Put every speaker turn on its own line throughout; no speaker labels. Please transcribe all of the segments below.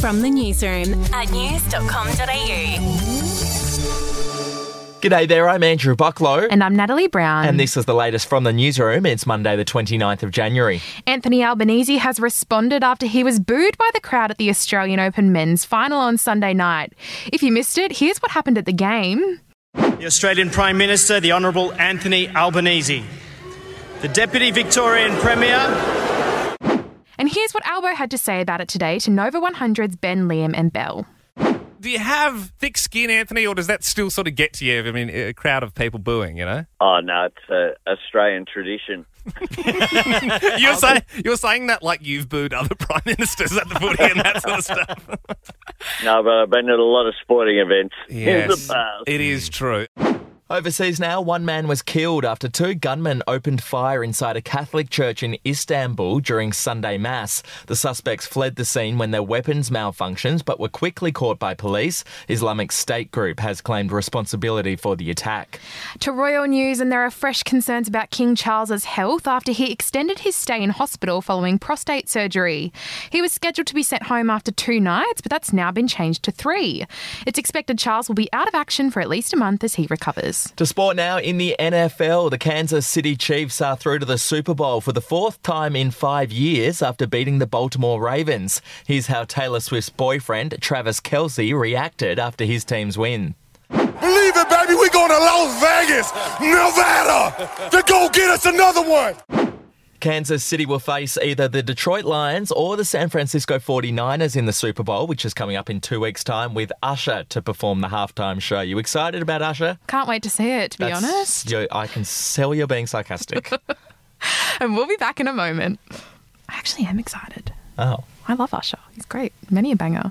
From the newsroom at news.com.au.
G'day there, I'm Andrew Bucklow.
And I'm Natalie Brown.
And this is the latest from the newsroom. It's Monday, the 29th of January.
Anthony Albanese has responded after he was booed by the crowd at the Australian Open men's final on Sunday night. If you missed it, here's what happened at the game.
The Australian Prime Minister, the Honourable Anthony Albanese. The Deputy Victorian Premier,
And here's what Albo had to say about it today to Nova 100's Ben, Liam, and Bell.
Do you have thick skin, Anthony, or does that still sort of get to you? I mean, a crowd of people booing, you know?
Oh no, it's a Australian tradition.
You're, say, you're saying that like you've booed other prime ministers at the footy and that sort of stuff.
No, but I've been at a lot of sporting events in the
Yes,
past.
it is true.
Overseas now, one man was killed after two gunmen opened fire inside a Catholic church in Istanbul during Sunday Mass. The suspects fled the scene when their weapons malfunctioned but were quickly caught by police. Islamic State Group has claimed responsibility for the attack.
To Royal News, and there are fresh concerns about King Charles's health after he extended his stay in hospital following prostate surgery. He was scheduled to be sent home after two nights, but that's now been changed to three. It's expected Charles will be out of action for at least a month as he recovers.
To sport now in the NFL, the Kansas City Chiefs are through to the Super Bowl for the fourth time in five years after beating the Baltimore Ravens. Here's how Taylor Swift's boyfriend, Travis Kelsey, reacted after his team's win.
Believe it, baby. We're going to Las Vegas, Nevada, to go get us another one.
Kansas City will face either the Detroit Lions or the San Francisco 49ers in the Super Bowl, which is coming up in two weeks' time with Usher to perform the halftime show. You excited about Usher?
Can't wait to see it, to be
That's-
honest.
you- I can sell you're being sarcastic.
And we'll be back in a moment. I actually am excited.
oh.
I love Usher. He's great. Many a banger.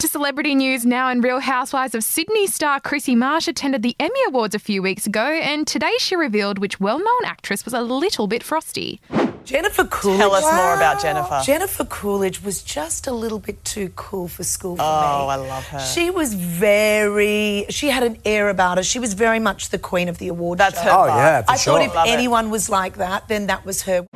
To celebrity news now, and Real Housewives of Sydney star Chrissy Marsh attended the Emmy Awards a few weeks ago, and today she revealed which well known actress was a little bit frosty.
Jennifer Coolidge. Tell us more about Jennifer. Jennifer Coolidge was just a little bit too cool for school for me. Oh, I love her. She was very. She had an air about her. She was very much the queen of the award. That's her.
Oh, vibe. yeah, for
I
sure.
thought if anyone was like that, then that was her.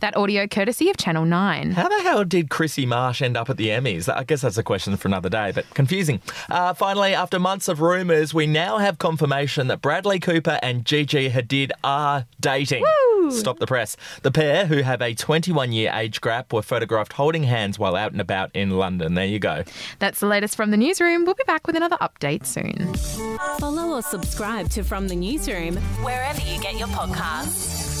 That audio courtesy of Channel 9.
How the hell did Chrissy Marsh end up at the Emmys? I guess that's a question for another day, but confusing. Uh, finally, after months of rumours, we now have confirmation that Bradley Cooper and Gigi Hadid are dating. Stop the press. The pair, who have a 21 year age gap, were photographed holding hands while out and about in London. There you go.
That's the latest from the newsroom. We'll be back with another update soon.
Follow or subscribe to From the Newsroom wherever you get your podcasts.